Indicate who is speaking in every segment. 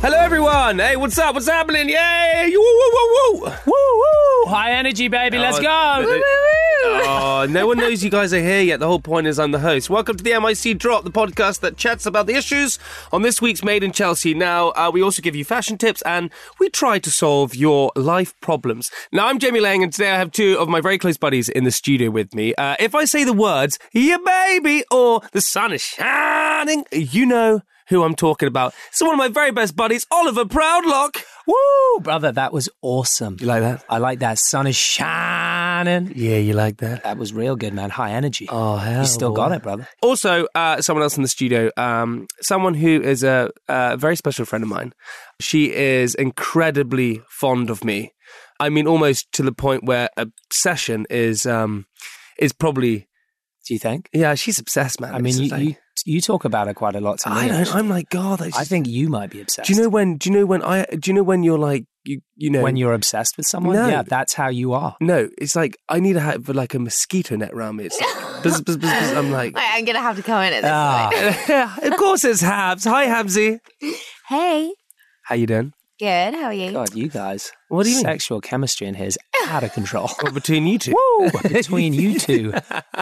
Speaker 1: Hello, everyone. Hey, what's up? What's happening? Yay! Woo, woo, woo, woo.
Speaker 2: Woo woo! High energy, baby. Let's
Speaker 1: Oh,
Speaker 2: go.
Speaker 1: but it- Oh, no one knows you guys are here yet. The whole point is I'm the host. Welcome to the MIC Drop, the podcast that chats about the issues on this week's Made in Chelsea. Now, uh, we also give you fashion tips and we try to solve your life problems. Now, I'm Jamie Lang, and today I have two of my very close buddies in the studio with me. Uh, if I say the words, yeah, baby, or the sun is shining, you know who I'm talking about. It's one of my very best buddies, Oliver Proudlock.
Speaker 2: Woo, brother. That was awesome.
Speaker 1: You like that?
Speaker 2: I like that. Sun is shining.
Speaker 1: Yeah, you like that?
Speaker 2: That was real good, man. High energy.
Speaker 1: Oh, hell.
Speaker 2: you still
Speaker 1: boy.
Speaker 2: got it, brother.
Speaker 1: Also, uh, someone else in the studio, um, someone who is a, a very special friend of mine. She is incredibly fond of me. I mean, almost to the point where obsession is um, is probably
Speaker 2: Do you think?
Speaker 1: yeah. She's obsessed, man.
Speaker 2: I mean,
Speaker 1: It's
Speaker 2: you,
Speaker 1: like-
Speaker 2: you you talk about it quite a lot to me.
Speaker 1: I don't.
Speaker 2: actually.
Speaker 1: I'm like God. I, just,
Speaker 2: I think you might be obsessed.
Speaker 1: Do you know when? Do you know when I? Do you know when you're like you? You know
Speaker 2: when you're obsessed with someone?
Speaker 1: No.
Speaker 2: Yeah, that's how you are.
Speaker 1: No, it's like I need to have like a mosquito net around me. It's like, buzz, buzz, buzz, buzz. I'm like,
Speaker 3: Wait, I'm gonna have to come in at
Speaker 1: Uh,
Speaker 3: this
Speaker 2: Ah.
Speaker 3: point.
Speaker 1: of course it's Habs. Hi, Habsy.
Speaker 3: Hey,
Speaker 1: How you doing?
Speaker 3: good. How are you?
Speaker 2: God, you guys.
Speaker 1: What do you mean?
Speaker 2: Sexual chemistry in here is out of control.
Speaker 1: Well, between you two.
Speaker 2: Woo! Between you two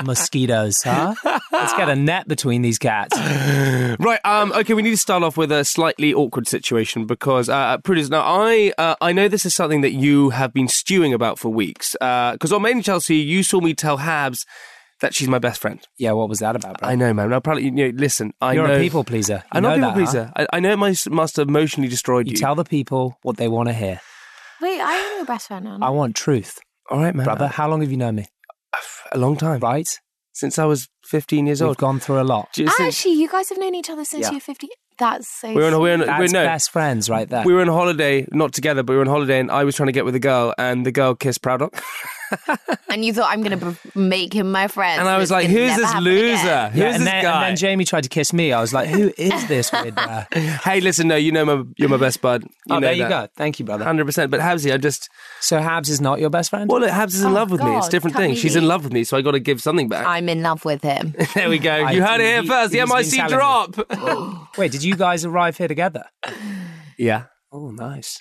Speaker 2: mosquitoes, huh? Let's get a net between these cats.
Speaker 1: Right. Um. Okay. We need to start off with a slightly awkward situation because, uh, Prudence. Now, I uh, I know this is something that you have been stewing about for weeks. Because on Main Chelsea, you saw me tell Habs that she's my best friend.
Speaker 2: Yeah, what was that about, bro?
Speaker 1: I know, man. Now, probably you know, listen. I
Speaker 2: You're
Speaker 1: know
Speaker 2: a people pleaser. You
Speaker 1: I'm not
Speaker 2: know
Speaker 1: a people
Speaker 2: that, huh?
Speaker 1: pleaser. I, I know it must, must have emotionally destroyed you.
Speaker 2: You tell the people what they want to hear.
Speaker 3: Wait, I am your best friend.
Speaker 2: I
Speaker 3: Now.
Speaker 2: want truth.
Speaker 1: All right, man.
Speaker 2: Brother, how long have you known me?
Speaker 1: A long time,
Speaker 2: Right?
Speaker 1: Since I was 15 years
Speaker 2: We've
Speaker 1: old.
Speaker 2: gone through a lot.
Speaker 3: Ah,
Speaker 1: Just since-
Speaker 3: Actually, you guys have known each other since
Speaker 2: Yeah.
Speaker 3: you're 50. That's so.
Speaker 1: we were on. We were on.
Speaker 2: That's
Speaker 1: we were, no,
Speaker 2: best friends right there.
Speaker 1: we were on holiday, not together, but we were on holiday, and I was trying to get with a girl, and the girl kissed Proudhon.
Speaker 3: sweet. and you thought I'm gonna b- make him my friend.
Speaker 1: And I
Speaker 3: and
Speaker 1: was
Speaker 3: it's
Speaker 1: like,
Speaker 3: gonna
Speaker 1: who's
Speaker 3: never
Speaker 1: this
Speaker 3: happen
Speaker 1: loser?
Speaker 3: again."
Speaker 1: Who's
Speaker 2: yeah, and,
Speaker 1: this
Speaker 2: then, and
Speaker 1: guy?
Speaker 2: then Jamie tried to kiss me. I was like, who is this weird guy?
Speaker 1: hey, listen, no, you know my, you're my best bud. You
Speaker 2: oh,
Speaker 1: know
Speaker 2: there
Speaker 1: that.
Speaker 2: you go. Thank you, brother.
Speaker 1: 100%. But Habsy, I just.
Speaker 2: So Habs is not your best friend?
Speaker 1: Well, look, Habs is in
Speaker 3: Oh,
Speaker 1: love with me. It's
Speaker 3: God,
Speaker 1: a different
Speaker 3: cut
Speaker 1: thing.
Speaker 3: me
Speaker 1: She's
Speaker 3: deep.
Speaker 1: in love with me, so I got to give something back.
Speaker 3: I'm in love with him.
Speaker 1: there we go. You
Speaker 2: I-
Speaker 1: heard it here
Speaker 2: he-
Speaker 1: first. The
Speaker 2: he's been
Speaker 1: MIC
Speaker 2: telling
Speaker 1: drop.
Speaker 2: Wait, did you guys arrive here together?
Speaker 1: yeah.
Speaker 2: Oh, nice.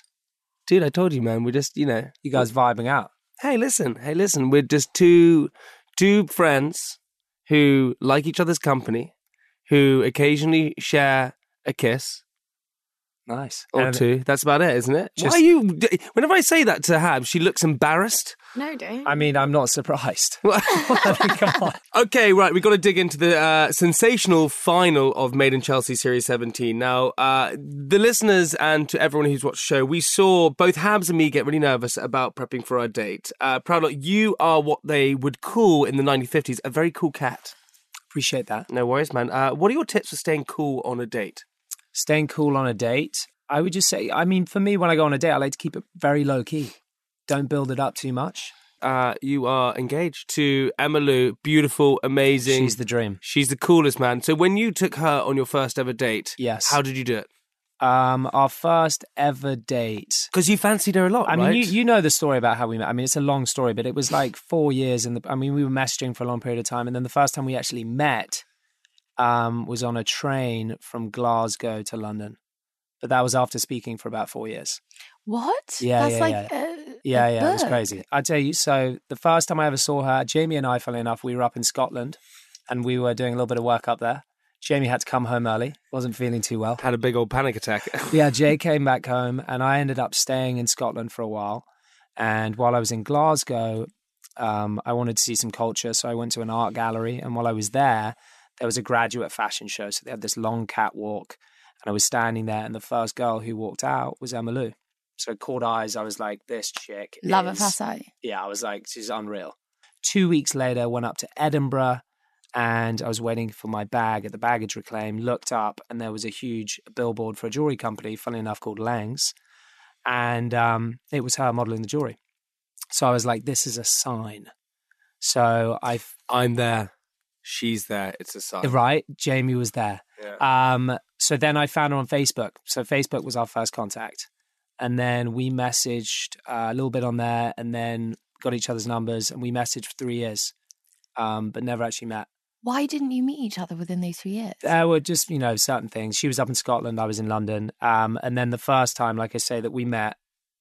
Speaker 1: Dude, I told you, man. We're just, you know.
Speaker 2: You guys vibing out.
Speaker 1: Hey, listen. Hey, listen. We're just two, two friends who like each other's company, who occasionally share a kiss.
Speaker 2: Nice.
Speaker 1: Or
Speaker 2: And
Speaker 1: two. That's about it, isn't it? Why
Speaker 2: Just-
Speaker 1: are you? Whenever I say that to Habs, she looks embarrassed.
Speaker 3: No, don't.
Speaker 2: I mean, I'm not surprised. Come on.
Speaker 1: Okay, right. We've got to dig into the uh, sensational final of Made in Chelsea Series 17. Now, uh, the listeners and to everyone who's watched the show, we saw both Habs and me get really nervous about prepping for our date. Uh, Proudlock, you are what they would call in the 1950s a very cool cat.
Speaker 2: Appreciate that.
Speaker 1: No worries, man. Uh, what are your tips for staying cool on a date?
Speaker 2: staying cool on a date. I would just say, I mean, for me, when I go on a date, I like to keep it very low key. Don't build it up too much.
Speaker 1: Uh, you are engaged to Emma Lou, beautiful, amazing.
Speaker 2: She's the dream.
Speaker 1: She's the coolest, man. So when you took her on your first ever date,
Speaker 2: Yes.
Speaker 1: how did you do it?
Speaker 2: Um, our first ever date.
Speaker 1: Because you fancied her a lot,
Speaker 2: I
Speaker 1: right?
Speaker 2: mean, you, you know the story about how we met. I mean, it's a long story, but it was like four years. And I mean, we were messaging for a long period of time. And then the first time we actually met um, was on a train from Glasgow to London. But that was after speaking for about four years.
Speaker 3: what?
Speaker 2: Yeah,
Speaker 3: That's
Speaker 2: yeah,
Speaker 3: like. a-
Speaker 2: Yeah,
Speaker 3: a
Speaker 2: yeah, it was
Speaker 3: book.
Speaker 2: crazy. I tell you, so the first time I ever saw her, Jamie and I, funnily enough, we were up in Scotland and we were doing a little bit of work up there. Jamie had to come home early, wasn't feeling too well.
Speaker 1: had a big old panic attack.
Speaker 2: Yeah, Jay came back home and I ended up staying in Scotland for a while. And while I was in Glasgow, um, I wanted to see some culture. So I went to an art gallery. And while I was there, there was a graduate fashion show. So they had this long catwalk. And I was standing there. And the first girl who walked out was Emma Lou. So I caught eyes. I was like, this chick.
Speaker 3: Love at
Speaker 2: is-
Speaker 3: first sight.
Speaker 2: yeah, I was like, she's unreal. Two weeks later, went up to Edinburgh and I was waiting for my bag at the baggage reclaim, looked up, and there was a huge billboard for a jewelry company, funny enough, called Lang's. And um, it was her modeling the jewelry. So I was like, this is a sign. So I, f-
Speaker 1: I'm there. She's there. It's a sign.
Speaker 2: right, Jamie was there. Um, so then I found her on Facebook. So Facebook was our first contact. And then we messaged uh, a little bit on there and then got each other's numbers and we messaged for three years, um, but never actually met.
Speaker 3: Why didn't you meet each other within those three years?
Speaker 1: Uh,
Speaker 2: There were just, you know, certain things. She was up in Scotland, I was in London. Um, and then the first time, like I say, that we met,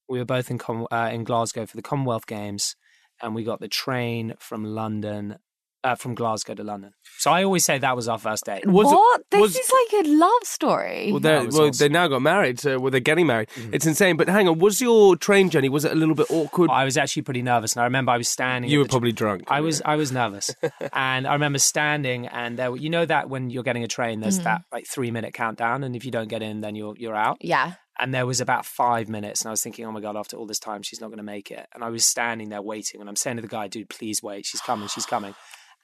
Speaker 2: we were both in, Com- uh, in Glasgow for the Commonwealth Games, and we got the train from London, uh, from Glasgow to London. So I always say that was our first date.
Speaker 1: Was it-
Speaker 3: what? this
Speaker 1: was-
Speaker 3: is like a love story.
Speaker 1: Well, they
Speaker 2: That was
Speaker 1: well
Speaker 2: awesome.
Speaker 1: they now got married. So, well, they're getting married.
Speaker 2: Mm-hmm.
Speaker 1: It's insane. But hang on, was your train journey? Was it a little bit awkward?
Speaker 2: I was actually pretty nervous, and I remember I was standing.
Speaker 1: you
Speaker 2: at
Speaker 1: were
Speaker 2: the tr-
Speaker 1: probably drunk.
Speaker 2: I was I was nervous, and I remember standing, and there were, you know that when you're getting a train, there's that like three minute countdown, and if you don't get in, then you're you're out.
Speaker 3: yeah.
Speaker 2: And there was about five minutes, and I was thinking, oh my god, after all this time, she's not going to make it. And I was standing there waiting, and I'm saying to the guy, dude, please wait, she's coming, she's coming.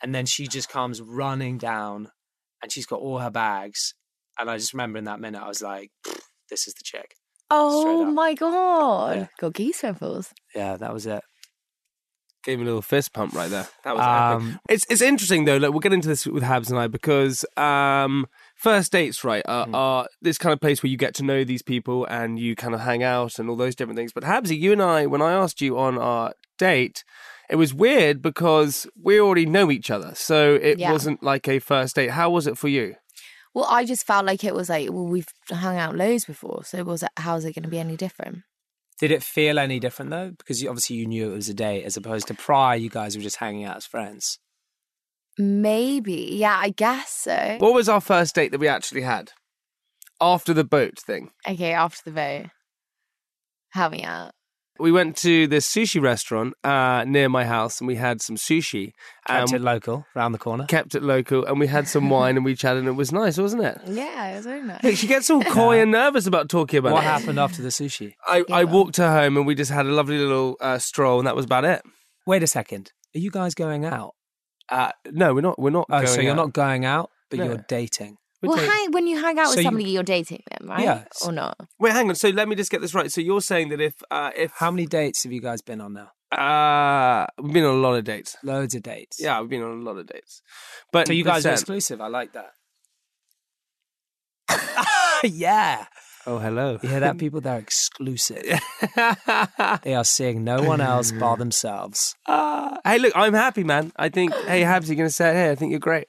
Speaker 2: And then she just comes running down, and she's got all her bags. And I just remember in that minute, I was like, "Pfft, this is the chick.
Speaker 3: Oh
Speaker 2: up.
Speaker 3: my god.
Speaker 2: Yeah.
Speaker 3: Got geese pimples.
Speaker 2: Yeah, that was it.
Speaker 1: Gave me a little fist pump right there. That was epic.
Speaker 2: Um,
Speaker 1: It's it's interesting though. Look, we'll get into this with Habs and I because um, first dates, right, are, are this kind of place where you get to know these people and you kind of hang out and all those different things. But Habsy, you and I, when I asked you on our date, it was weird because we already know each other, so it
Speaker 3: Yeah.
Speaker 1: wasn't like a first date. How was it for you?
Speaker 3: Well, I just felt like it was like, well, we've hung out loads before, so was it, how's it going to be any different?
Speaker 2: Did it feel any different though? Because you, obviously you knew it was a date, as opposed to prior, you guys were just hanging out as friends.
Speaker 3: Maybe, yeah, I guess so.
Speaker 1: What was our first date that we actually had after the boat thing?
Speaker 3: okay, after the vote, help me out.
Speaker 1: We went to this sushi restaurant uh, near my house and we had some sushi.
Speaker 2: Kept
Speaker 1: Um,
Speaker 2: it local, round the corner.
Speaker 1: kept it local and we had some wine and we chatted and it was nice, wasn't it?
Speaker 3: Yeah, it was very
Speaker 1: Look,
Speaker 3: nice.
Speaker 1: she gets all coy and nervous about talking about
Speaker 2: What
Speaker 1: it.
Speaker 2: happened after the sushi?
Speaker 1: I, I
Speaker 3: Yeah.
Speaker 1: walked her home and we just had a lovely little uh, stroll and that was about it.
Speaker 2: Wait a second. Are you guys going out?
Speaker 1: Uh, no, we're not. We're not.
Speaker 2: Oh,
Speaker 1: going
Speaker 2: so you're
Speaker 1: out.
Speaker 2: not going out, but
Speaker 1: No.
Speaker 2: you're dating.
Speaker 1: We're
Speaker 3: Well,
Speaker 1: dating.
Speaker 3: hang, when you hang out
Speaker 2: So
Speaker 3: with
Speaker 2: you-
Speaker 3: somebody, you... are dating them, right?
Speaker 2: Yeah.
Speaker 3: Or not?
Speaker 1: Wait, hang on. So let me just get this right. So you're saying that if uh, if
Speaker 2: How many dates have you guys been on now?
Speaker 1: uh, we've been on a lot of dates.
Speaker 2: Loads of dates.
Speaker 1: Yeah, we've been on a lot of dates. But
Speaker 2: So you guys are
Speaker 1: percent-
Speaker 2: exclusive. I like that. yeah.
Speaker 1: Oh, hello.
Speaker 2: You hear that, people? They're exclusive. they are seeing no one else bar themselves.
Speaker 1: Ah, hey, look, I'm happy, man. I think. Hey, Habs, you're gonna say, hey, I think you're great.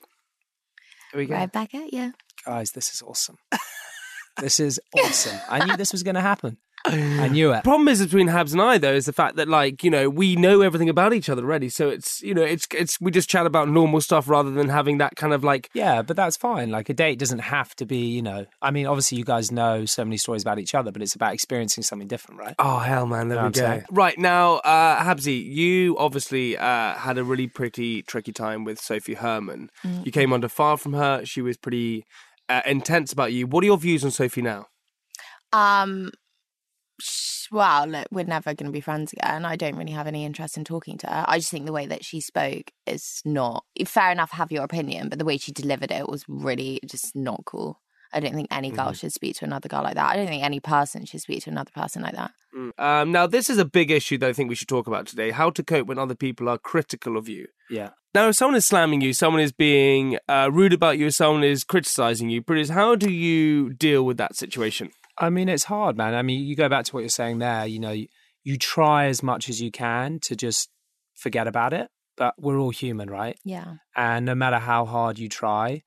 Speaker 1: There we go.
Speaker 3: Right back at you.
Speaker 2: Guys, this is awesome. this is awesome. I knew this was going to happen. I knew it.
Speaker 1: problem is between Habs and I though is the fact that like you know we know everything about each other already, so it's you know it's it's we just chat about normal stuff rather than having that kind of like
Speaker 2: Yeah, but that's fine. Like a date doesn't have to be, you know. I mean, obviously, you guys know so many stories about each other, but it's about experiencing something different, right?
Speaker 1: oh hell man there
Speaker 2: Know
Speaker 1: we
Speaker 2: what I'm
Speaker 1: go
Speaker 2: saying?
Speaker 1: right now uh, Habsy you obviously uh, had a really pretty tricky time with Sophie Herman you came under fire from her she was pretty uh, intense about you what are your views on Sophie now
Speaker 3: Um, sh- well, look, we're never going to be friends again. I don't really have any interest in talking to her. I just think the way that she spoke is not fair enough. Have your opinion, but the way she delivered it was really just not cool. I don't think any girl should speak to another girl like that. I don't think any person should speak to another person like that.
Speaker 1: um, now this is a big issue that I think we should talk about today how to cope when other people are critical of you
Speaker 2: Yeah.
Speaker 1: Now, if someone is slamming you, someone is being uh, rude about you, someone is criticizing you, Bruce, how do you deal with that situation?
Speaker 2: I mean, it's hard, man. I mean, you go back to what you're saying there. You know, you, you try as much as you can to just forget about it, but we're all human, right?
Speaker 3: Yeah.
Speaker 2: And no matter how hard you try,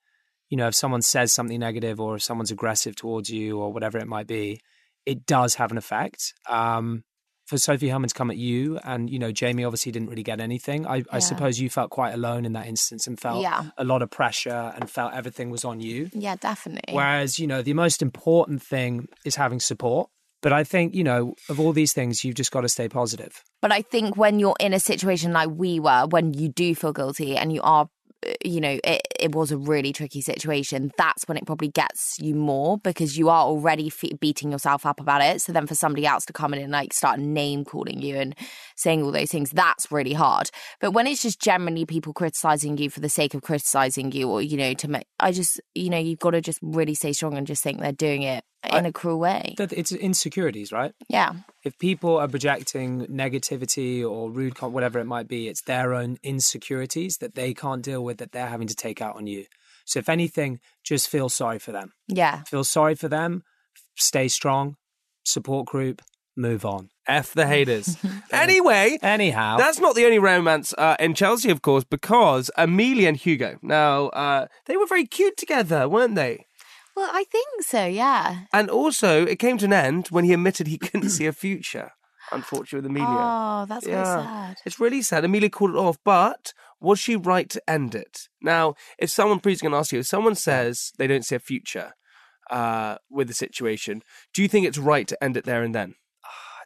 Speaker 2: you know, if someone says something negative or if someone's aggressive towards you or whatever it might be, it does have an effect. Um, for Sophie Herman to come at you, and you know, Jamie obviously didn't really get anything. I,
Speaker 3: Yeah.
Speaker 2: I suppose you felt quite alone in that instance and felt
Speaker 3: Yeah.
Speaker 2: a lot of pressure and felt everything was on you.
Speaker 3: Yeah, definitely.
Speaker 2: Whereas, you know, the most important thing is having support. But I think, you know, of all these things, you've just got to stay positive.
Speaker 3: But I think when you're in a situation like we were, when you do feel guilty and you are, uh, you know, it, it was a really tricky situation, that's when it probably gets you more because you are already fe beating yourself up about it. So then for somebody else to come in and like start name calling you and saying all those things, that's really hard. But when it's just generally people criticizing you for the sake of criticizing you or, you know, to make, I just, you know, you've got to just really stay strong and just think they're doing it in a cruel way.
Speaker 2: That It's insecurities, right?
Speaker 3: Yeah.
Speaker 2: If people are projecting negativity or rude, com- whatever it might be, it's their own insecurities that they can't deal with that they're having to take out on you. So, if anything, just feel sorry for them.
Speaker 3: Yeah.
Speaker 2: Feel sorry for them, stay strong, support group, move on.
Speaker 1: F the haters. anyway,
Speaker 2: Anyhow,
Speaker 1: That's not the only romance uh, in Chelsea, of course, because Amelia and Hugo. Now, uh, they were very cute together, weren't they?
Speaker 3: Well, I think so, yeah.
Speaker 1: And also, it came to an end when he admitted he couldn't see a future, unfortunately, with Amelia.
Speaker 3: Oh, that's quite sad.
Speaker 1: It's really sad. Amelia called it off, but was she right to end it? Now, if someone, please, can ask you, if someone says they don't see a future uh, with the situation, do you think it's right to end it there and then?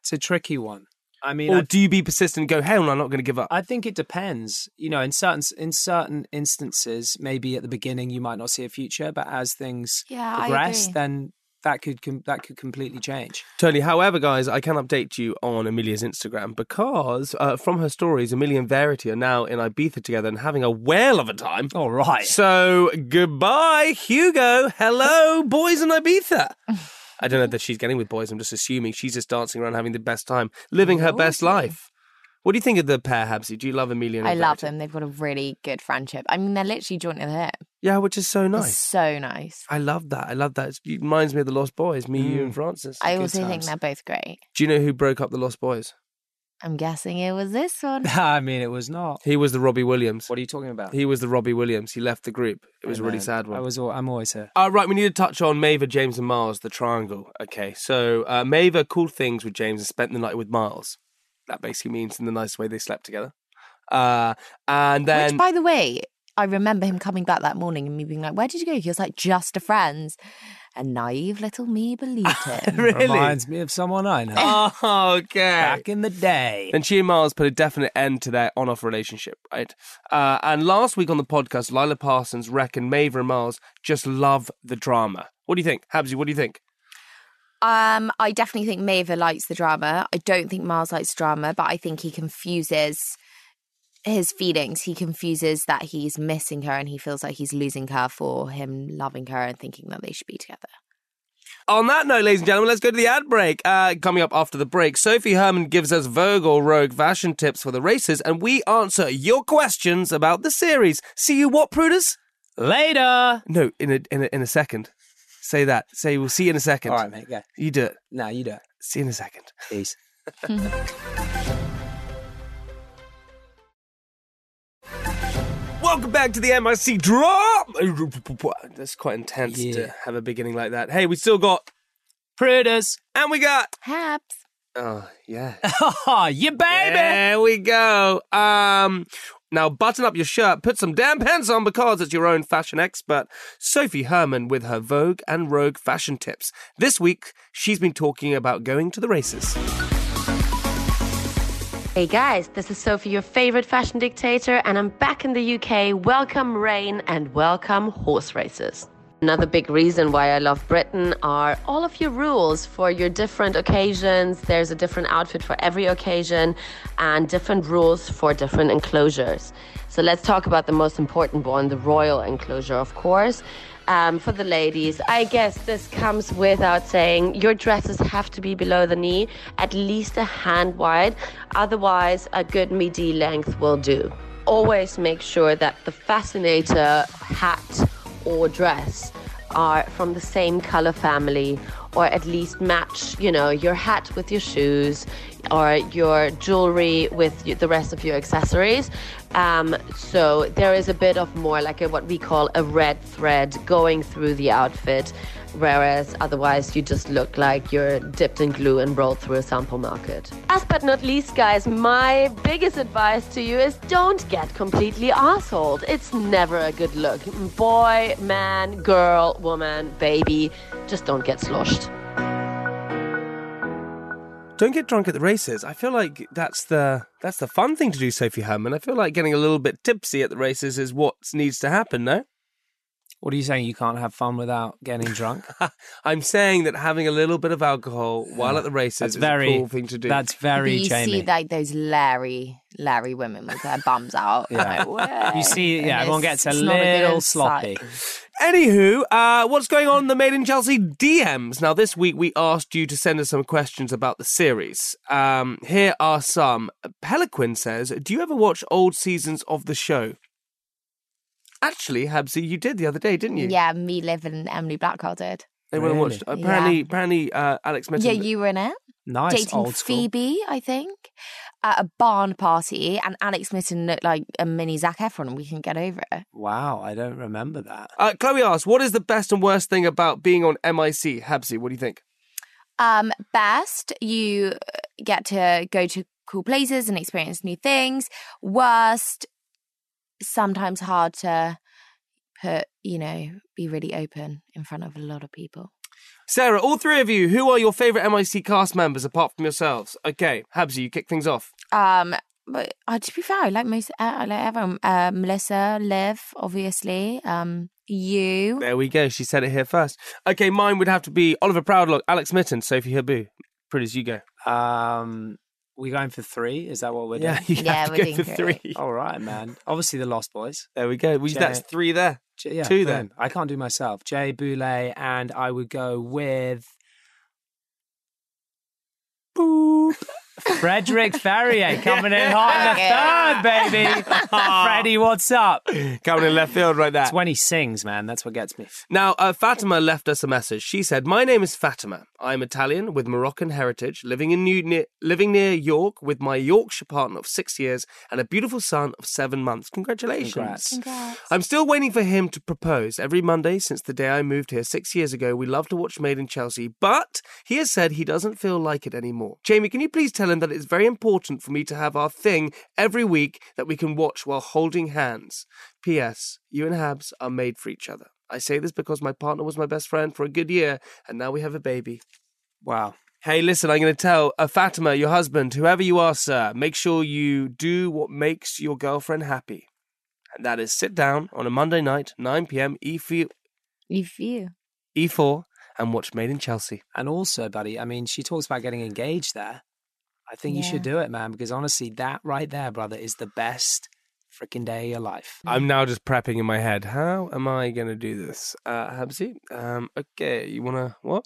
Speaker 2: it's a tricky one. I mean,
Speaker 1: Or
Speaker 2: I,
Speaker 1: do you be persistent and go, hell no, I'm not going to give up?
Speaker 2: I think it depends. You know, in certain in certain instances, maybe at the beginning you might not see a future, but as things
Speaker 3: Yeah, I
Speaker 2: progress,
Speaker 3: agree.
Speaker 2: then that could com- that could completely change.
Speaker 1: Totally. However, guys, I can update you on Amelia's Instagram because uh, from her stories, Amelia and Verity are now in Ibiza together and having a whale of a time.
Speaker 2: All right.
Speaker 1: So goodbye, Hugo. Hello, boys in Ibiza. I don't know that she's getting with boys. I'm just assuming she's just dancing around, having the best time, living her best life. What do you think of the pair, Habsy? Do you love Amelia? And
Speaker 3: I love
Speaker 1: Verity?
Speaker 3: them. They've got a really good friendship. I mean, they're literally joint at the hip.
Speaker 1: Yeah, which is so
Speaker 3: It's
Speaker 1: nice.
Speaker 3: So nice.
Speaker 1: I love that. I love that. It's- It reminds me of the Lost Boys, me, you, and Francis.
Speaker 3: Mm. I
Speaker 2: good
Speaker 3: also think
Speaker 2: times.
Speaker 3: they're both great.
Speaker 1: Do you know who broke up the Lost Boys?
Speaker 3: I'm guessing it was this one.
Speaker 2: I mean, it was not.
Speaker 1: He was the Robbie Williams.
Speaker 2: What are you talking about?
Speaker 1: He was the Robbie Williams. He left the group. It was a really
Speaker 2: Man,
Speaker 1: sad
Speaker 2: I
Speaker 1: one.
Speaker 2: was. al- I'm always here.
Speaker 1: Uh, right, we need to touch on Maver, James, and Miles, the triangle. Okay, so uh, Maver called things with James and spent the night with Miles. That basically means, in the nice way, they slept together. Uh, and then
Speaker 3: Which, by the way, I remember him coming back that morning and me being like, Where did you go? He was like, Just a friends. And naive little me believed him.
Speaker 1: really,
Speaker 2: Reminds me of someone I know
Speaker 1: oh, okay.
Speaker 2: back in the day.
Speaker 1: Then she and Miles put a definite end to their on-off relationship, right? Uh, and last week on the podcast, Lila Parsons reckoned Maver and Miles just love the drama. What do you think, Habsy? What do you think?
Speaker 3: um, I definitely think Maver likes the drama. I don't think Miles likes drama, but I think he confuses his feelings. He confuses that he's missing her and he feels like he's losing her for him loving her and thinking that they should be together.
Speaker 1: On that note, ladies and gentlemen, let's go to the ad break. Uh, coming up after the break, Sophie Herman gives us Vogue or Rogue fashion tips for the races, and we answer your questions about the series. See you what, Pruders?
Speaker 2: Later.
Speaker 1: No, in a, in a, in a second. Say that. Say, we'll see you in a second.
Speaker 2: All right, mate. Go.
Speaker 1: You do it.
Speaker 2: Now you do it.
Speaker 1: See you in a second.
Speaker 2: Peace.
Speaker 1: Welcome back to the MIC drop. That's quite intense
Speaker 2: Yeah.
Speaker 1: to have a beginning like that. Hey, we still got,
Speaker 2: Pruders.
Speaker 1: and we got.
Speaker 3: Habs.
Speaker 1: Oh, yeah.
Speaker 2: Oh, you baby.
Speaker 1: There we go. Um, now button up your shirt, put some damn pants on because it's your own fashion expert, Sophie Herman, with her Vogue and Rogue fashion tips. This week, she's been talking about going to the races.
Speaker 4: Hey guys, this is Sophie, your favorite fashion dictator, and I'm back in the UK. Welcome rain and welcome horse races. Another big reason why I love Britain are all of your rules for your different occasions. There's a different outfit for every occasion and different rules for different enclosures. So let's talk about the most important one the royal enclosure, of course. Um, for the ladies, I guess this comes without saying your dresses have to be below the knee, at least a hand wide. Otherwise, a good midi length will do. Always make sure that the fascinator hat or dress are from the same color family or at least match you know your hat with your shoes or your jewelry with y- the rest of your accessories um, so there is a bit of more like a, what we call a red thread going through the outfit whereas otherwise you just look like you're dipped in glue and rolled through a sample market last but not least guys my biggest advice to you is don't get completely assholed it's never a good look boy man girl woman baby just don't get sloshed
Speaker 1: Don't get drunk at the races. I feel like that's the that's the fun thing to do, Sophie Herman. I feel like getting a little bit tipsy at the races is what needs to happen. No,
Speaker 2: What are you saying? You can't have fun without getting drunk?
Speaker 1: I'm saying that having a little bit of alcohol while at the races
Speaker 2: That's
Speaker 1: is
Speaker 2: very
Speaker 1: a cool thing to do.
Speaker 2: That's very
Speaker 3: you
Speaker 2: Jamie.
Speaker 3: see like those Larry, Larry women with their bums out.
Speaker 2: Yeah.
Speaker 3: Like,
Speaker 2: You see,
Speaker 3: And
Speaker 2: yeah, everyone
Speaker 3: it's-
Speaker 2: gets a
Speaker 3: it's not a good
Speaker 2: little
Speaker 3: sight.
Speaker 2: sloppy.
Speaker 1: Anywho, uh, what's going on in the Made in Chelsea DMs? Now, this week we asked you to send us some questions about the series. Um, here are some. Peliquin says, Do you ever watch old seasons of the show? Actually, Habsy, you did the other day, didn't you?
Speaker 3: Yeah, me, Liv, and Emily Blackwell did.
Speaker 1: They went and
Speaker 2: Really?
Speaker 1: watched. Apparently,
Speaker 3: Yeah.
Speaker 1: apparently uh, Alex Mitchell.
Speaker 3: Yeah, you were in it.
Speaker 2: Nice
Speaker 3: dating
Speaker 2: old school.
Speaker 3: Phoebe, I think, at a barn party, and Alex Mitten looked like a mini Zac Efron, and we can get over it.
Speaker 2: Wow, I don't remember that.
Speaker 1: Uh, Chloe asks, what is the best and worst thing about being on MIC? Habsy, what do you think?
Speaker 3: Um, best, you uh, get to go to cool places and experience new things. Worst, sometimes hard to put, you know, be really open in front of a lot of people.
Speaker 1: Sarah, all three of you, who are your favourite MIC cast members apart from yourselves? Okay, Habsy, you kick things off.
Speaker 3: Um, but uh, to be fair, I like most, uh, I like everyone. Uh, Melissa, Liv, obviously. Um, you.
Speaker 1: There we go. She said it here first. Okay, mine would have to be Oliver Proudlock, Alex Mitten, Sophie Habu. Pretty as you go.
Speaker 2: Um, we going for three? Is that what we're doing?
Speaker 1: you
Speaker 3: Yeah,
Speaker 1: have
Speaker 3: we're
Speaker 1: to go
Speaker 3: doing
Speaker 1: for
Speaker 3: great.
Speaker 1: three.
Speaker 2: All right, man. Obviously, the Lost Boys.
Speaker 1: There we go. We,
Speaker 2: Jay.
Speaker 1: that's three there.
Speaker 2: J- Yeah,
Speaker 1: Two
Speaker 2: boom. I can't do myself. Jay Boulay, and I would go with. Boop. Frederick Ferrier coming in hot in the third, baby. Freddie, what's up?
Speaker 1: Coming in left field right there.
Speaker 2: It's when he sings, man. That's what gets me.
Speaker 1: Now, uh, Fatima left us a message. She said, "My name is Fatima. I'm Italian with Moroccan heritage, living in New- near, living near York with my Yorkshire partner of six years and a beautiful son of seven months. Congratulations!
Speaker 2: Congrats.
Speaker 1: I'm still waiting for him to propose. Every Monday since the day I moved here six years ago, we love to watch Made in Chelsea, but he has said he doesn't feel like it anymore. Jamie, can you please tell him that it's very important for me to have our thing every week that we can watch while holding hands? P.S. You and Habs are made for each other. I say this because my partner was my best friend for a good year, and now we have a baby.
Speaker 2: Wow.
Speaker 1: Hey, listen, I'm going to tell uh, Fatima, your husband, whoever you are, sir, make sure you do what makes your girlfriend happy. And that is sit down on a Monday night, 9 p.m. E4,
Speaker 3: You feel.
Speaker 1: E4 E and watch Made in Chelsea.
Speaker 2: And also, buddy, I mean, she talks about getting engaged there. I think you should do it, man, because honestly, that right there, brother, is the best freaking day of your life.
Speaker 1: I'm now just prepping in my head. How am I going to do this? Uh, Habsy, um, okay, you want to, what?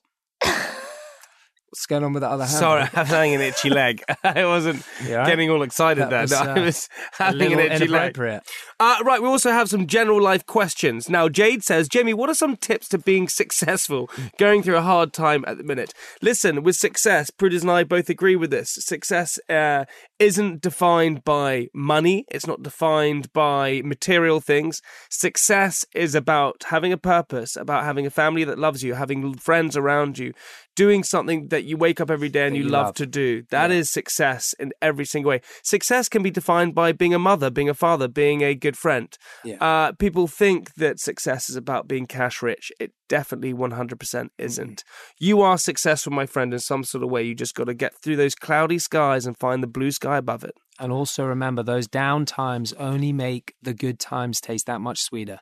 Speaker 2: What's going on with the other hand?
Speaker 1: Sorry, I'm having an itchy leg. I wasn't
Speaker 2: You all right?
Speaker 1: getting all excited
Speaker 2: That
Speaker 1: there.
Speaker 2: was,
Speaker 1: No, I
Speaker 2: uh,
Speaker 1: was
Speaker 2: a
Speaker 1: having an
Speaker 2: little
Speaker 1: itchy leg.
Speaker 2: inappropriate.
Speaker 1: Uh, right, we also have some general life questions. Now, Jade says, Jamie, what are some tips to being successful going through a hard time at the minute? Listen, with success, Prudence and I both agree with this. Success uh, isn't defined by money, it's not defined by material things. Success is about having a purpose, about having a family that loves you, having friends around you, doing something that you wake up every day and
Speaker 2: That
Speaker 1: you,
Speaker 2: you
Speaker 1: love,
Speaker 2: love.
Speaker 1: to do. That is success in every single way. Success can be defined by being a mother, being a father, being a good friend.
Speaker 2: Yeah.
Speaker 1: Uh, people think that success is about being cash rich. It definitely 100% isn't. You are successful, my friend, in some sort of way. You just got to get through those cloudy skies and find the blue sky above it.
Speaker 2: And also remember, those down times only make the good times taste that much sweeter.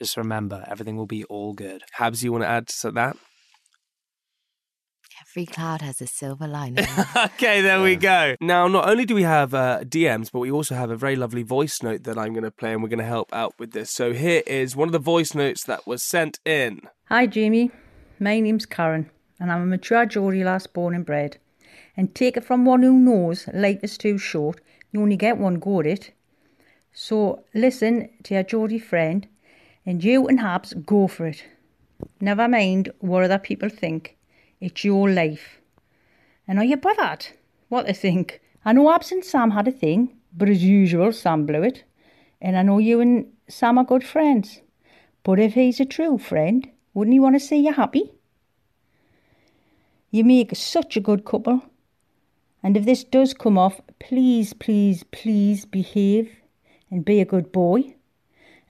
Speaker 2: Just remember, everything will be all good.
Speaker 1: Habs, you want to add to that?
Speaker 3: Every cloud has a silver lining.
Speaker 1: okay, there we go. Now, not only do we have uh, DMs, but we also have a very lovely voice note that I'm going to play and we're going to help out with this. So here is one of the voice notes that was sent in.
Speaker 5: Hi, Jamie. My name's Karen, and I'm a mature Geordie lass born and bred. And take it from one who knows life is too short, you only get one go at it. So listen to your Geordie friend, and you and Habs go for it. Never mind what other people think, it's your life. And are you bothered what they think? I know Habs and Sam had a thing, but as usual, Sam blew it. And I know you and Sam are good friends. But if he's a true friend, wouldn't he want to see you happy? You make such a good couple. And if this does come off, please, please, please behave and be a good boy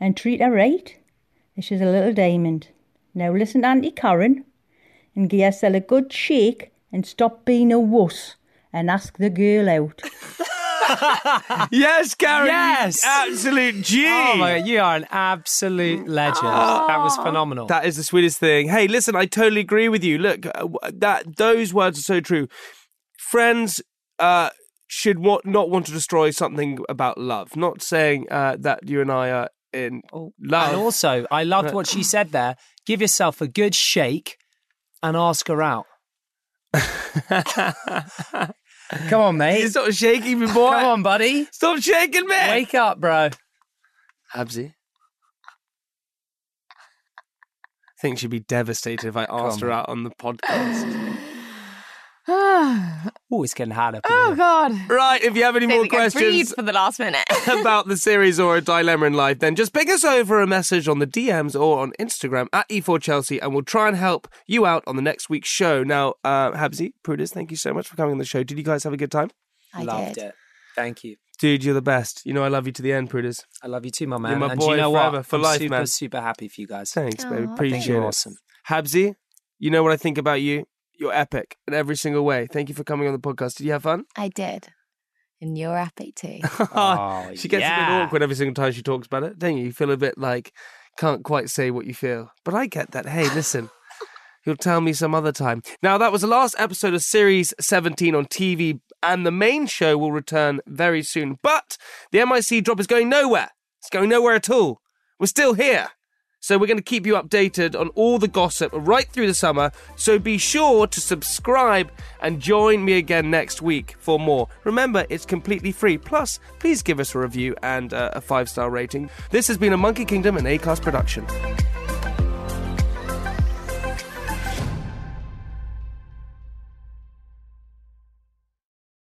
Speaker 5: and treat her right. This is a little diamond. Now listen to Auntie Karen and give yourself a good shake and stop being a wuss and ask the girl out.
Speaker 1: Yes, Karen. you
Speaker 2: Yes!
Speaker 1: Absolute G.
Speaker 2: Oh my God, you are an absolute legend. Mm. That was phenomenal.
Speaker 1: That is the sweetest thing. Hey, listen, I totally agree with you. Look, uh, w- that those words are so true. Friends uh, should wa- not want to destroy something about love. Not saying uh, that you and I are in
Speaker 2: Oh, And
Speaker 1: love.
Speaker 2: also, I loved what she said there. Give yourself a good shake and ask her out. Come on, mate.
Speaker 1: Stop shaking me, boy.
Speaker 2: Come on, buddy.
Speaker 1: Stop shaking me.
Speaker 2: Wake up, bro.
Speaker 1: Habsy. I think she'd be devastated if I asked her out on the podcast.
Speaker 2: always can happen.
Speaker 3: Oh God.
Speaker 1: Right, if you have any more
Speaker 3: Take a good breathe
Speaker 1: questions
Speaker 3: for the last minute.
Speaker 1: about the series or a dilemma in life, then just ping us over a message on the DMs or on Instagram at E4Chelsea and we'll try and help you out on the next week's show. Now, uh, Habsy, Prudis, thank you so much for coming on the show. Did you guys have a good time?
Speaker 3: I
Speaker 2: Loved it. Thank you.
Speaker 1: Dude, you're the best. You know I love you to the end, Prudis.
Speaker 2: I love you too, my man.
Speaker 1: my
Speaker 2: and
Speaker 1: boy
Speaker 2: you know
Speaker 1: forever,
Speaker 2: what?
Speaker 1: for
Speaker 2: I'm
Speaker 1: life,
Speaker 2: super,
Speaker 1: man.
Speaker 2: super happy for you guys.
Speaker 1: Thanks, babe.
Speaker 3: Aw,
Speaker 2: Thank
Speaker 1: Appreciate
Speaker 2: you.
Speaker 1: it.
Speaker 2: Awesome.
Speaker 1: Habsy, you know what I think about you? You're epic in every single way. Thank you for coming on the podcast. Did you have fun?
Speaker 3: I did. And you're epic too.
Speaker 2: Oh,
Speaker 1: she gets a
Speaker 2: yeah.
Speaker 1: bit awkward every single time she talks about it, don't you? You feel a bit like can't quite say what you feel. But I get that. Hey, listen. You'll tell me some other time. Now, that was the last episode of Series 17 on TV, and the main show will return very soon. But the MIC drop is going nowhere. It's going nowhere at all. We're still here. So we're going to keep you updated on all the gossip right through the summer. So be sure to subscribe and join me again next week for more. Remember, it's completely free. Plus, please give us a review and uh, a five star rating. This has been a Monkey Kingdom and Acast production.